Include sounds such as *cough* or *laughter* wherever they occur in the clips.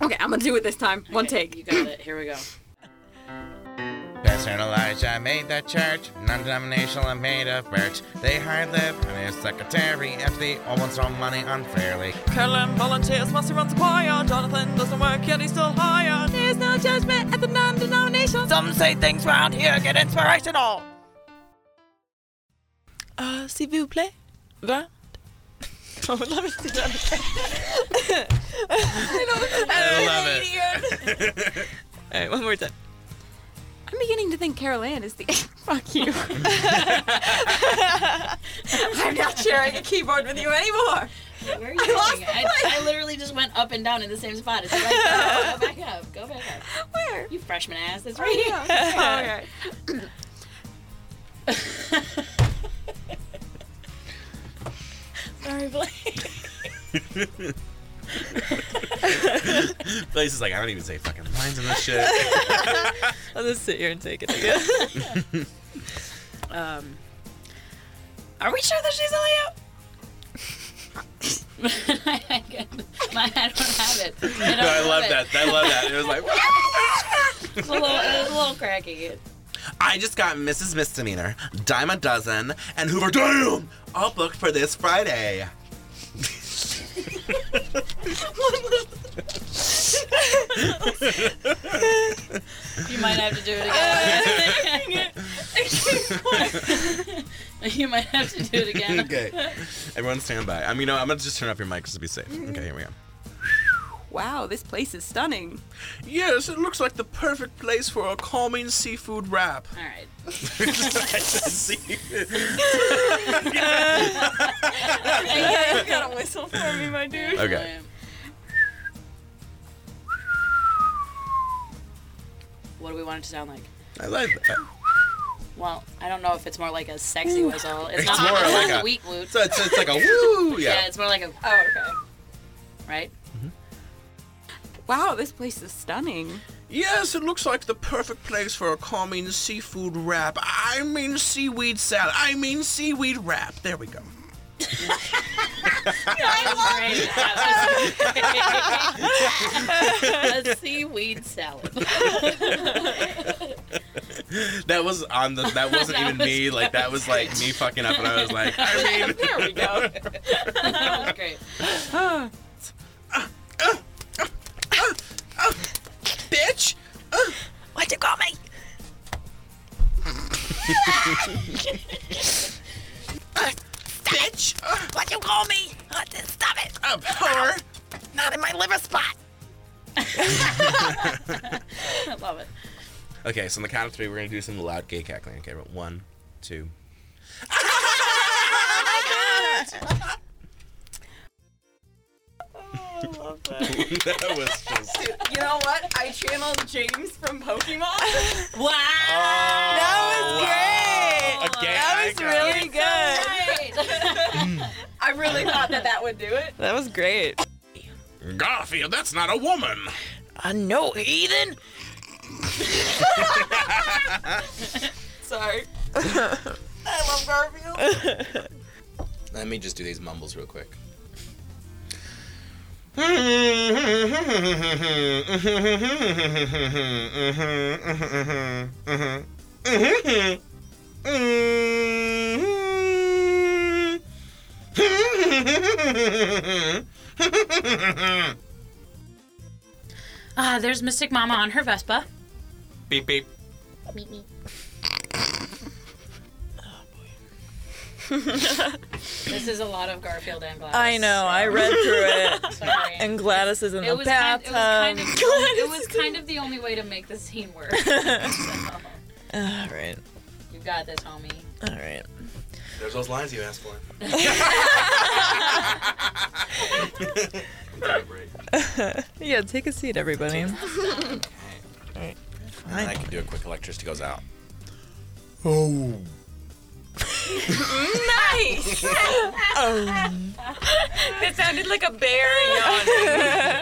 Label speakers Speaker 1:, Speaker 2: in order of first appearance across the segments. Speaker 1: Okay, I'm gonna do it this time. One
Speaker 2: Okay,
Speaker 1: take. *laughs*
Speaker 2: You got it. Here we go.
Speaker 3: Pastor Elijah made the church, non-denominational and made of birch. They hired Liv and his secretary after they all won some money unfairly.
Speaker 4: Carolyn volunteers once he runs the choir. Jonathan doesn't work yet, he's still hired. There's no judgment at the non denominational. Some say things round here get inspirational. Uh, s'il vous plaît, *laughs* round. I would love it to do that again. I
Speaker 3: love it. *laughs*
Speaker 2: *laughs*
Speaker 4: All right, one more time.
Speaker 1: I'm beginning to think Carol Ann is the. *laughs* Fuck you. I'm not sharing a keyboard with you anymore.
Speaker 2: Where
Speaker 4: *laughs*
Speaker 2: are you going? I, I literally just went up and down in the same spot. It's like, go back up, go back up.
Speaker 1: Where?
Speaker 2: You freshman ass, that's
Speaker 1: Right
Speaker 2: right
Speaker 1: here. Oh, *laughs* okay.
Speaker 2: here. Sorry, Blake.
Speaker 3: Blaze is like, I don't even say fucking lines in this
Speaker 2: *laughs*
Speaker 3: shit.
Speaker 4: I'll just sit here and *laughs* take it again.
Speaker 2: Um,
Speaker 4: Are we sure that she's only out?
Speaker 2: *laughs* I, don't- I don't have it. I, don't
Speaker 3: *laughs* No, I
Speaker 2: have
Speaker 3: love
Speaker 2: it.
Speaker 3: that. I love that. It
Speaker 2: *laughs*
Speaker 3: was like,
Speaker 2: It's a little, it's a little cracky.
Speaker 3: I just got Mrs. Misdemeanor, Dime a Dozen, and Hoover Damn! All booked for
Speaker 2: *laughs*
Speaker 3: this Friday. *laughs*
Speaker 2: You might have to do
Speaker 4: *laughs*
Speaker 2: it again. *laughs* you might have to do it again.
Speaker 3: *laughs* okay. Everyone stand by. I mean, you know, I'm gonna just turn off your mic just to be safe. Okay, here we go.
Speaker 1: *laughs* Wow, this place is stunning.
Speaker 5: Yes, it looks like the perfect place for a calming seafood
Speaker 3: *laughs*
Speaker 5: wrap. *laughs*
Speaker 2: All right.
Speaker 4: *laughs* You gotta whistle for me, my dude.
Speaker 3: okay.
Speaker 2: What do we want it to sound like?
Speaker 3: I like that.
Speaker 2: Well, I don't know if it's more like a
Speaker 4: Hmm.
Speaker 2: sexy whistle. It's,
Speaker 3: It's
Speaker 2: not
Speaker 3: more
Speaker 2: it's
Speaker 3: like
Speaker 2: not
Speaker 3: a-
Speaker 2: weak loot.
Speaker 3: So it's, it's like a woo!
Speaker 2: yeah.
Speaker 3: Yeah.
Speaker 2: it's more like a
Speaker 1: Oh, okay.
Speaker 2: right.
Speaker 1: Wow, this place is stunning.
Speaker 5: Yes, it looks like the perfect place for a calming seafood wrap. I mean seaweed salad. I mean seaweed wrap. There we go.
Speaker 2: That was great. That *laughs* was great. a seaweed salad. *laughs*
Speaker 3: That was on the. That
Speaker 5: *laughs*
Speaker 3: wasn't
Speaker 2: That
Speaker 3: even
Speaker 2: was
Speaker 3: me. Like that was like me fucking up, and I was like, I
Speaker 5: *laughs*
Speaker 3: mean,
Speaker 2: there we go. that was great.
Speaker 1: Ah,
Speaker 5: Bitch!
Speaker 4: Why'd you call
Speaker 3: *laughs*
Speaker 4: me?
Speaker 5: Bitch! Uh,
Speaker 4: Why'd you call me? Uh, Stop it!
Speaker 3: Oh,
Speaker 5: uh, whore!
Speaker 4: Not in my liver spot!
Speaker 2: I love it.
Speaker 3: Okay, so on the count of three, we're gonna do some loud gay cackling. Okay, but one, *laughs* two. that was just.
Speaker 1: you know what? I channeled James from Pokemon.
Speaker 2: Wow.
Speaker 3: That was great.
Speaker 4: That was *laughs* really good.
Speaker 1: I really thought that that would do it.
Speaker 4: That was great.
Speaker 3: really Garfield. That's not a woman.
Speaker 4: I know, heathen.
Speaker 1: Sorry.
Speaker 3: Let me just do these mumbles real quick.
Speaker 2: Ah, there's Mystic Mama on her Vespa.
Speaker 3: Beep beep.
Speaker 2: *laughs* This is a lot of Garfield and Gladys.
Speaker 4: I know, I read through *laughs* it.
Speaker 2: Sorry.
Speaker 4: And Gladys is in
Speaker 2: it
Speaker 4: the
Speaker 2: was, kind, it,
Speaker 4: bathtub.
Speaker 2: was kind of,
Speaker 4: *laughs*
Speaker 2: it was
Speaker 4: Gladys
Speaker 2: kind of the only way to make the scene work. So,
Speaker 4: *laughs* All right,
Speaker 2: *laughs* you got this, homie.
Speaker 4: all right.
Speaker 3: There's those lines you asked for. *laughs*
Speaker 4: *laughs* Yeah, take a seat, everybody.
Speaker 3: And I can do a quick electricity goes out.
Speaker 1: Nice. that sounded like a bear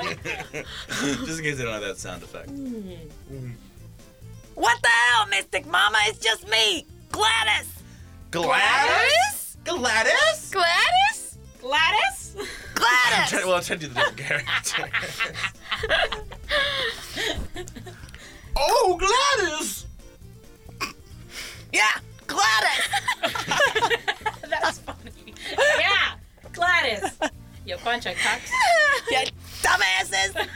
Speaker 1: yawning.
Speaker 3: *laughs* Just in case they don't have that sound effect.
Speaker 4: What the hell, Mystic Mama? It's just me, Gladys.
Speaker 3: Gladys? Gladys?
Speaker 4: Gladys?
Speaker 2: Gladys?
Speaker 3: I'm trying, well, I'm trying to do the different character.
Speaker 4: *laughs*
Speaker 2: *laughs* check, *laughs* Cox.
Speaker 4: Yeah, dumbasses!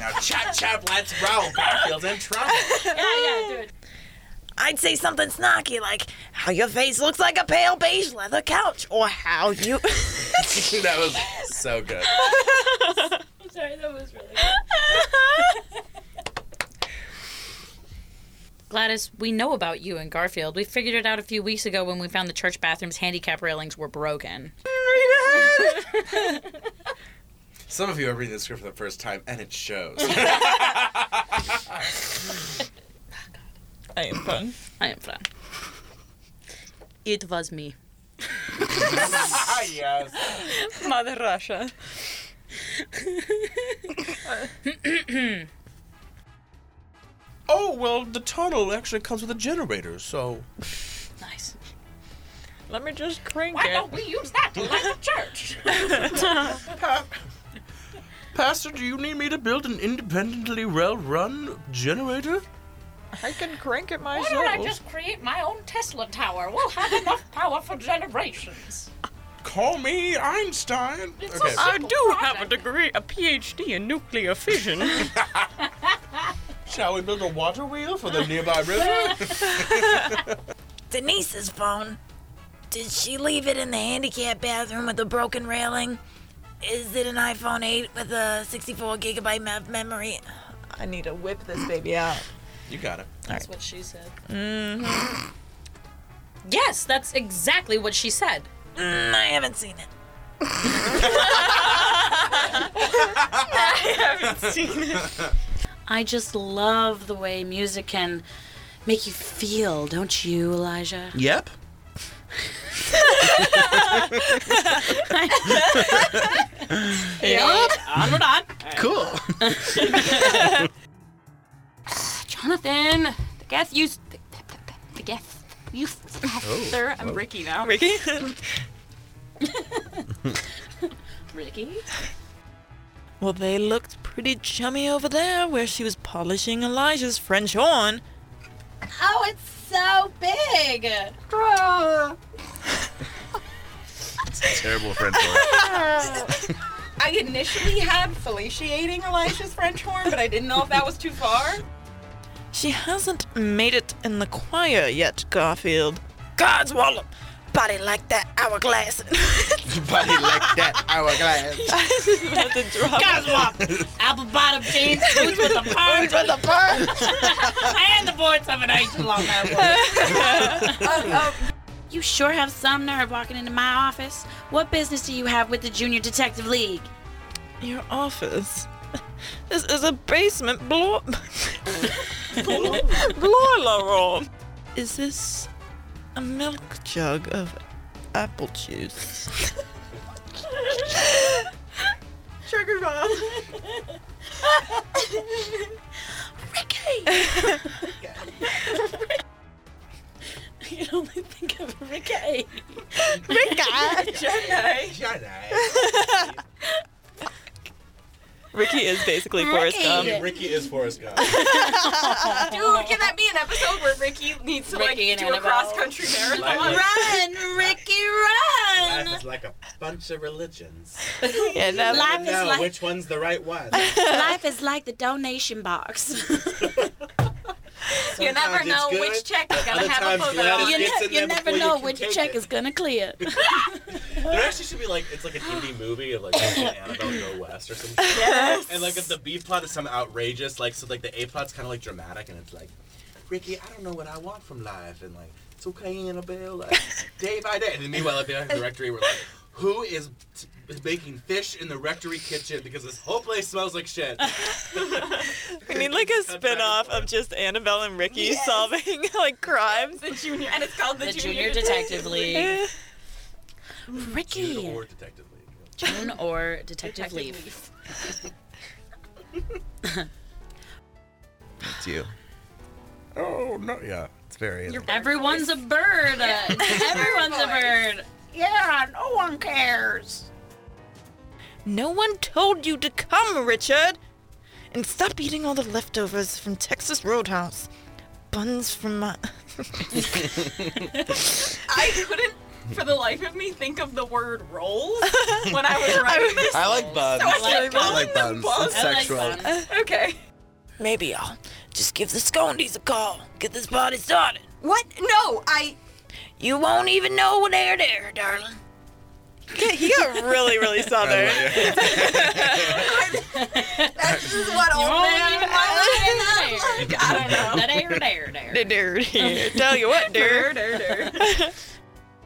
Speaker 3: Now, chap, chap, let's roll. Garfield's in trouble.
Speaker 2: Yeah, yeah, do it.
Speaker 4: I'd say something snarky like, how your face looks like a pale beige leather couch, or
Speaker 6: *laughs*
Speaker 4: how
Speaker 7: *laughs*
Speaker 4: you.
Speaker 3: that was so good.
Speaker 2: I'm sorry, that was really. *laughs* Gladys, we know about you and Garfield. We figured it out a few weeks ago when we found the church bathroom's handicap railings were broken.
Speaker 3: Some of you are reading the script for the first time, and
Speaker 7: *laughs*
Speaker 3: it shows.
Speaker 4: *laughs* I am fun.
Speaker 2: I am fine. It was me.
Speaker 3: yes.
Speaker 4: Mother Russia.
Speaker 7: Oh, well, the tunnel actually comes with a generator, so.
Speaker 2: Nice.
Speaker 4: Let me just crank
Speaker 2: Why
Speaker 4: it.
Speaker 2: don't we use that to light the
Speaker 8: *laughs*
Speaker 2: church?
Speaker 7: Pa- Pastor, do you need me to build an independently well run generator?
Speaker 4: I can crank it
Speaker 2: Why
Speaker 4: myself.
Speaker 2: don't I just create my own Tesla tower? We'll have enough power for generations.
Speaker 7: Call me Einstein.
Speaker 2: It's
Speaker 3: Okay.
Speaker 2: a
Speaker 3: I
Speaker 4: I
Speaker 2: simple
Speaker 4: do have a
Speaker 2: project.
Speaker 4: degree, a PhD in nuclear fission.
Speaker 7: Shall we build a water wheel for the nearby
Speaker 2: *laughs*
Speaker 7: river?
Speaker 6: Denise's phone. Did she leave it in the handicap bathroom with a broken railing? Is it an iPhone 8 with a 64 gigabyte mem- memory?
Speaker 4: I need to whip this baby out.
Speaker 3: You got it.
Speaker 2: That's what she said. Mm-hmm. yes, that's exactly what she said.
Speaker 6: Mm, I haven't seen it.
Speaker 2: I just love the way music can make you feel, don't you, Elijah?
Speaker 7: *laughs*
Speaker 2: *laughs*
Speaker 7: yep.
Speaker 2: Yeah.
Speaker 4: Onward on.
Speaker 7: Cool.
Speaker 1: *laughs* Jonathan, the gas you. The, the, the gas you. Sir, I'm Ricky now.
Speaker 4: Ricky.
Speaker 2: Ricky?
Speaker 4: well, they looked pretty chummy over there where she was polishing Elijah's French horn.
Speaker 2: Oh, it's so big!
Speaker 3: Terrible friend for
Speaker 9: I initially had feliciating Elisha's French horn, but I didn't know if that was too far.
Speaker 4: She hasn't made it in the choir yet, Garfield. God's wallop! Body like that
Speaker 3: *laughs*
Speaker 4: hourglass.
Speaker 3: Buddy like that
Speaker 4: *laughs*
Speaker 3: hourglass.
Speaker 4: With the drop.
Speaker 2: *laughs* Apple bottom jeans, boots with a perm.
Speaker 4: With the purr.
Speaker 2: *laughs* I had the boards of an ice long You sure have some nerve walking into my office. What business do you have with the Junior Detective League?
Speaker 4: Your office. This is a basement *laughs* blor. Glorla room. Is this a milk jug of apple juice? Sugar bomb.
Speaker 2: *laughs* I can only think of Ricky. *laughs*
Speaker 4: Ricky is basically Forrest Gump.
Speaker 3: Ricky is Forrest Gump.
Speaker 9: Dude, can that be an episode where Ricky needs to
Speaker 2: Ricky
Speaker 9: like
Speaker 2: and
Speaker 9: do a
Speaker 2: Annabelle.
Speaker 9: cross country marathon?
Speaker 3: Life
Speaker 2: Run, Ricky, run!
Speaker 3: is like a bunch of religions.
Speaker 4: Yeah, that-
Speaker 3: I
Speaker 2: Life is
Speaker 3: know
Speaker 2: like
Speaker 3: which one's the right one.
Speaker 2: life is like the donation box.
Speaker 9: You never
Speaker 3: Sometimes it's
Speaker 9: know
Speaker 3: good,
Speaker 9: which check you
Speaker 3: other
Speaker 9: gotta have a
Speaker 3: times
Speaker 9: photo.
Speaker 3: Gladys
Speaker 9: on.
Speaker 2: you
Speaker 3: gets
Speaker 2: ne-
Speaker 3: in
Speaker 2: you
Speaker 3: there
Speaker 2: never
Speaker 3: before you
Speaker 2: know
Speaker 3: can
Speaker 2: which
Speaker 3: take
Speaker 2: check
Speaker 3: it.
Speaker 2: is gonna clear.
Speaker 3: There actually should be like it's like an indie movie of like
Speaker 2: *gasps*
Speaker 3: Annabelle Go West or something. And like if the B plot is some outrageous, like so like the A plot's kind of like dramatic and it's like, Ricky, I don't know what I want from life and like it's okay,
Speaker 2: *laughs*
Speaker 3: Annabelle, like day by day. And then meanwhile, at the other directory, we're like, who is t- is making fish in the rectory kitchen because this whole place smells
Speaker 2: *laughs*
Speaker 3: like shit. *laughs*
Speaker 4: we need like a spin off of just Annabelle and Ricky solving like crimes.
Speaker 9: The junior, and it's called the,
Speaker 2: The
Speaker 9: junior,
Speaker 2: Junior Detective League.
Speaker 3: Junior
Speaker 2: Ricky,
Speaker 3: or Detective League.
Speaker 2: June or Detective League.
Speaker 10: It's you. Oh, no, yeah. It's very.
Speaker 2: Everyone's a bird. *laughs* Everyone's a bird.
Speaker 4: No one told you to come, Richard! And stop eating all the leftovers from Texas uh, Roadhouse. Buns from my.
Speaker 9: I couldn't
Speaker 11: for the life of me think of the word
Speaker 12: *laughs*
Speaker 11: rolls when I was writing this.
Speaker 3: I like buns.
Speaker 11: So I
Speaker 2: like
Speaker 11: kept
Speaker 2: buns.
Speaker 3: I
Speaker 11: calling
Speaker 3: like
Speaker 11: them
Speaker 3: buns. It's
Speaker 2: I like
Speaker 3: sexual.
Speaker 2: buns.
Speaker 11: Okay.
Speaker 4: Maybe I'll just give the Scondies a call. Get this party started.
Speaker 12: What? No, I.
Speaker 4: You won't even know when they're there, darling.
Speaker 8: he got
Speaker 4: *laughs*
Speaker 8: really, really
Speaker 3: *laughs*
Speaker 8: southern.
Speaker 12: That's just what old man.
Speaker 2: *laughs* I don't know. That air, there, there. *laughs*
Speaker 8: Dude, Tell you *laughs*
Speaker 11: *laughs*
Speaker 8: what,
Speaker 11: Dur, dur,
Speaker 8: dude.
Speaker 11: dur.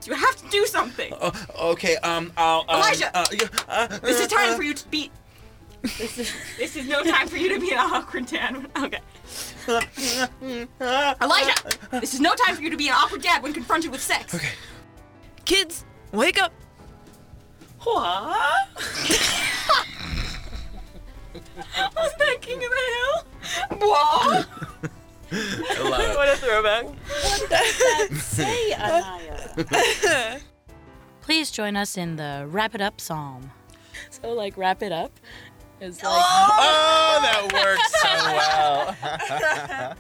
Speaker 11: You have to do something.
Speaker 3: Oh, okay, um, I'll. Um,
Speaker 12: Elijah!
Speaker 3: Uh, yeah, uh,
Speaker 12: This is
Speaker 3: uh,
Speaker 12: time
Speaker 3: uh,
Speaker 12: for you to be.
Speaker 11: *laughs* This is no time for you to be an awkward dad. Okay.
Speaker 12: *laughs* Elijah! This is no time for you to be an awkward dad when confronted with sex. Okay.
Speaker 8: Kids, wake up.
Speaker 11: What? Was that King of the Hill? What?
Speaker 3: I love it.
Speaker 8: What a throwback.
Speaker 2: Say, Anaya. Please join us in the Wrap It Up Psalm. So, like, wrap it up is like.
Speaker 3: *laughs* Oh, that works so well.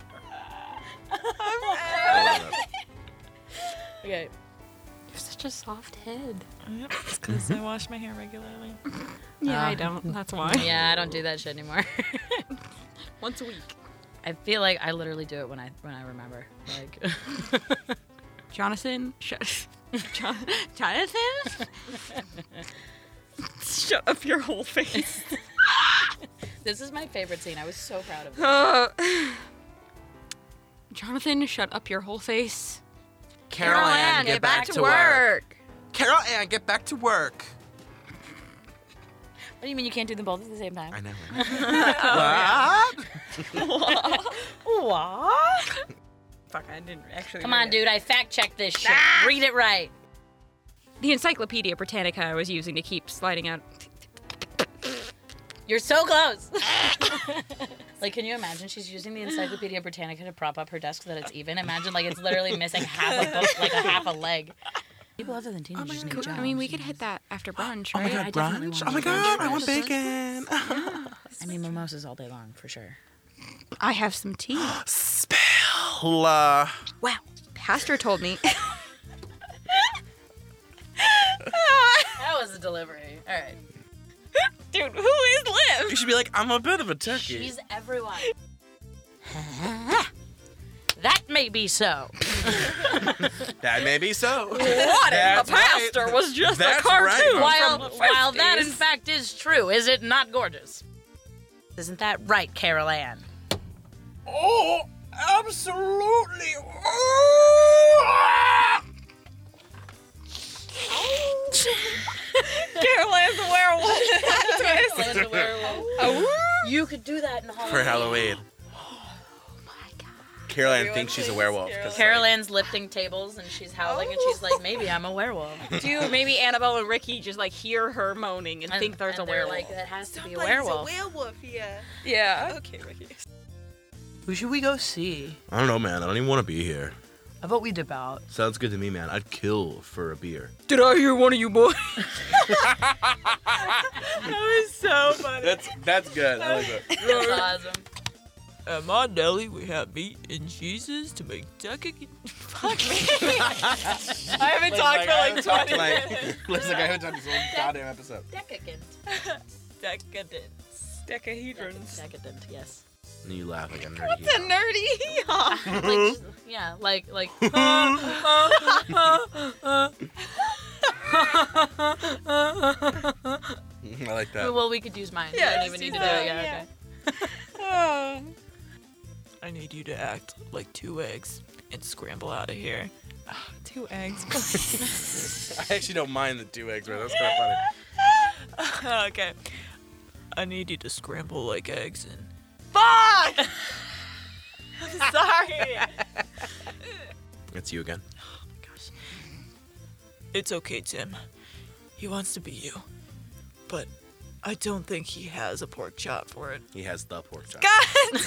Speaker 2: Okay.
Speaker 1: You have such a soft head.
Speaker 8: It's because *laughs* I wash my hair regularly.
Speaker 1: Yeah,
Speaker 2: Uh,
Speaker 1: I don't. That's why.
Speaker 2: Yeah, I don't do that shit anymore. *laughs*
Speaker 1: Once a week.
Speaker 2: I feel like I literally do it when I when I remember. Like, *laughs*
Speaker 1: Jonathan.
Speaker 11: *laughs*
Speaker 1: Shut. Jon- Jonathan?
Speaker 11: Shut up your whole face.
Speaker 2: this is my favorite scene. I was so proud of it.
Speaker 11: Uh,
Speaker 1: *sighs* Jonathan, shut up your whole face.
Speaker 3: Carol Ann, get back to work. Carol Ann, get back to work.
Speaker 2: What do you mean you can't do them both at the same time?
Speaker 3: I know. I know. What?
Speaker 8: Fuck, I didn't actually.
Speaker 2: Come on, dude. I fact checked this shit. Read it right.
Speaker 1: The Encyclopedia Britannica I was using to keep sliding out.
Speaker 2: You're so *laughs* close. like, can you imagine? She's using the Encyclopedia Britannica to prop up her desk so that it's even. Imagine, like, it's literally missing half a book, like a half a leg. People other than teenagers need jobs.
Speaker 1: I mean, we could hit that after brunch,
Speaker 3: Oh my
Speaker 1: right?
Speaker 3: god,
Speaker 2: I definitely
Speaker 3: brunch?
Speaker 2: wanna
Speaker 3: Oh my
Speaker 2: go brunch
Speaker 3: god, I
Speaker 2: first.
Speaker 3: want bacon.
Speaker 2: I mean, mimosas all day long for sure.
Speaker 1: I have some tea.
Speaker 3: Spell. uh,
Speaker 1: *gasps* Wow. Pastor told me.
Speaker 2: That was a delivery. All right.
Speaker 11: dude, who is Liv?
Speaker 3: You should be like, I'm a bit of a turkey.
Speaker 2: She's everyone. *laughs* that may be so.
Speaker 3: That may be so.
Speaker 11: What if
Speaker 3: *laughs* That's
Speaker 11: the pastor
Speaker 3: right.
Speaker 11: was just
Speaker 3: That's
Speaker 11: a cartoon?
Speaker 3: right.
Speaker 11: from
Speaker 2: While
Speaker 11: the
Speaker 2: while that in
Speaker 11: 50s?
Speaker 2: fact is true, is it not gorgeous? Isn't that right, Carol Ann?
Speaker 13: Oh, absolutely. Oh!
Speaker 11: Carol Ann's a
Speaker 2: *laughs*
Speaker 11: werewolf.
Speaker 2: You could do that in Halloween. Oh
Speaker 3: For Halloween. Carol Ann thinks she's a werewolf. 'cause,
Speaker 2: Carol Ann's lifting tables and she's howling and she's like, maybe I'm a werewolf.
Speaker 11: *laughs* Dude, maybe Annabelle and Ricky just like hear her moaning and,
Speaker 2: And-
Speaker 11: think there's
Speaker 2: and
Speaker 11: a
Speaker 2: they're
Speaker 11: werewolf.
Speaker 2: Like, that has to be a
Speaker 4: Somebody's
Speaker 2: werewolf.
Speaker 4: werewolf, yeah.
Speaker 11: yeah. Okay, Ricky.
Speaker 3: like, Who should we go see?
Speaker 14: I don't know, man. I don't even want to be here.
Speaker 3: How about we dip out?
Speaker 14: Sounds good to me, man. I'd kill for a beer.
Speaker 11: Did I hear one of you boys?
Speaker 8: That was so funny.
Speaker 3: That's that's good. I like that.
Speaker 2: That's awesome.
Speaker 8: At uh, my deli, we have meat and cheeses to make turkey. Fuck me. I haven't talked for like 20 minutes.
Speaker 3: Like, *laughs* looks like I haven't done this whole goddamn episode.
Speaker 2: Decadent.
Speaker 8: Decadence. Decahedrons.
Speaker 2: Decadent, yes.
Speaker 14: And you laugh like a nerdy. What
Speaker 8: Nerdy hee haw.
Speaker 2: Like, just-
Speaker 3: Mm-hmm.
Speaker 2: yeah, like, *laughs* like,
Speaker 3: *laughs* I like that.
Speaker 2: well, we could use mine.
Speaker 8: Yeah,
Speaker 2: you
Speaker 8: just
Speaker 2: don't even
Speaker 8: do
Speaker 2: need to do
Speaker 8: that,
Speaker 2: it. Yeah,
Speaker 8: yeah.
Speaker 2: okay.
Speaker 8: I need you to act like two eggs and scramble out of here. Ah, two eggs,
Speaker 3: I actually don't mind the two eggs, right? That's kind of funny.
Speaker 8: *laughs* okay. I need you to scramble like eggs and.
Speaker 15: *laughs*
Speaker 8: Fuck! I'm sorry.
Speaker 14: It's you again.
Speaker 8: It's okay, Tim. He wants to be you. But I don't think he has a pork chop for it. *laughs*
Speaker 14: He has the pork chop.
Speaker 8: God!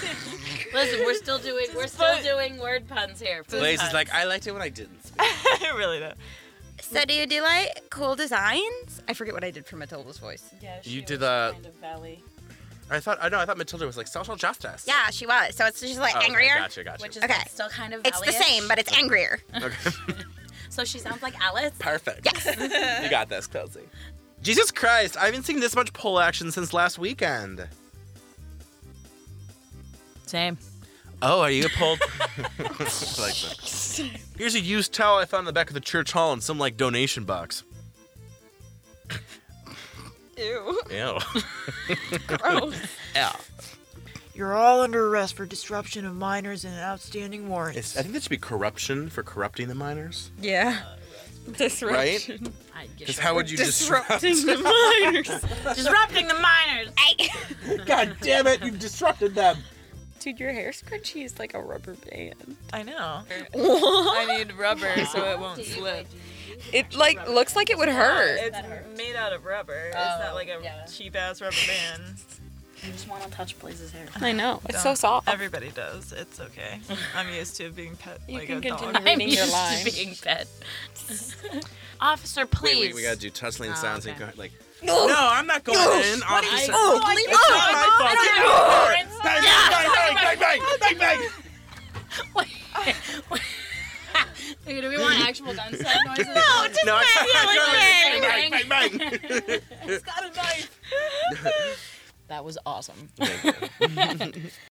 Speaker 2: Listen, we're still doing, we're still doing word puns here. food
Speaker 3: Blaze is
Speaker 2: puns.
Speaker 3: like, I liked it when I didn't. Speak.
Speaker 8: really, though.
Speaker 12: *laughs* So, do you do like cool designs? I forget what I did for Matilda's voice.
Speaker 2: Yeah,
Speaker 3: You
Speaker 2: she
Speaker 3: did
Speaker 2: was
Speaker 3: a-
Speaker 2: Kind of valley,
Speaker 3: I thought, I know, I thought Matilda was like social justice.
Speaker 12: Yeah, she was. So, it's just like
Speaker 3: Oh, okay,
Speaker 12: angrier.
Speaker 3: Gotcha, gotcha.
Speaker 2: which is
Speaker 12: Okay.
Speaker 2: still kind of
Speaker 12: It's the
Speaker 2: valley-ish.
Speaker 12: same, but it's angrier.
Speaker 3: okay.
Speaker 2: So she sounds like Alice.
Speaker 16: Perfect.
Speaker 2: Yes.
Speaker 3: *laughs*
Speaker 16: you got this, Kelsey.
Speaker 3: Jesus Christ, I haven't seen this much pole action since last weekend.
Speaker 2: Same.
Speaker 3: Oh, are you a *laughs* pole? I like that. Here's a used towel I found in the back of the church hall in some like donation box.
Speaker 15: Ew.
Speaker 3: Ew.
Speaker 15: Gross.
Speaker 16: Yeah.
Speaker 8: You're all under arrest for disruption of minors and outstanding warrants.
Speaker 3: It's, I think that should be corruption for corrupting the minors.
Speaker 8: yeah.
Speaker 3: *laughs*
Speaker 1: *laughs*
Speaker 3: Disruption. Because how would you disrupt? *laughs*
Speaker 2: Disrupting the minors.
Speaker 16: God damn it, you've disrupted them.
Speaker 15: Dude, your hair scrunchie is like a rubber band.
Speaker 8: I know.
Speaker 15: I need rubber so it
Speaker 8: *laughs*
Speaker 15: won't slip. It like looks like it would hurt.
Speaker 4: It's made out of rubber. it's
Speaker 15: Oh,
Speaker 4: not like a cheap ass rubber band.
Speaker 2: You just want to touch Blaze's hair.
Speaker 15: I know. It's so
Speaker 4: Don't.
Speaker 15: soft.
Speaker 4: Everybody does. It's
Speaker 2: *laughs*
Speaker 4: okay. I'm used to being pet
Speaker 2: You
Speaker 4: like
Speaker 2: can
Speaker 4: a
Speaker 2: continue
Speaker 4: dog.
Speaker 2: reading your lines. being pet. Officer, please.
Speaker 3: Wait, wait, we gotta do tussling
Speaker 2: Oh,
Speaker 3: sounds
Speaker 2: okay.
Speaker 3: and go, like.
Speaker 2: No.
Speaker 3: No, I'm not going
Speaker 2: No.
Speaker 3: in.
Speaker 2: What are you
Speaker 3: officer."
Speaker 2: saying? Oh,
Speaker 3: It's
Speaker 2: leave
Speaker 3: not
Speaker 2: it alone.
Speaker 3: my fault.
Speaker 2: I
Speaker 3: Get
Speaker 2: don't know. Yeah.
Speaker 3: out. Bang, bang, bang, bang, bang, bang, bang.
Speaker 2: Okay, do we want actual gunshot noises?
Speaker 15: No, just
Speaker 3: No, I-
Speaker 15: bang, yeah, like
Speaker 3: I got it. Bang, bang, bang.
Speaker 2: That was awesome.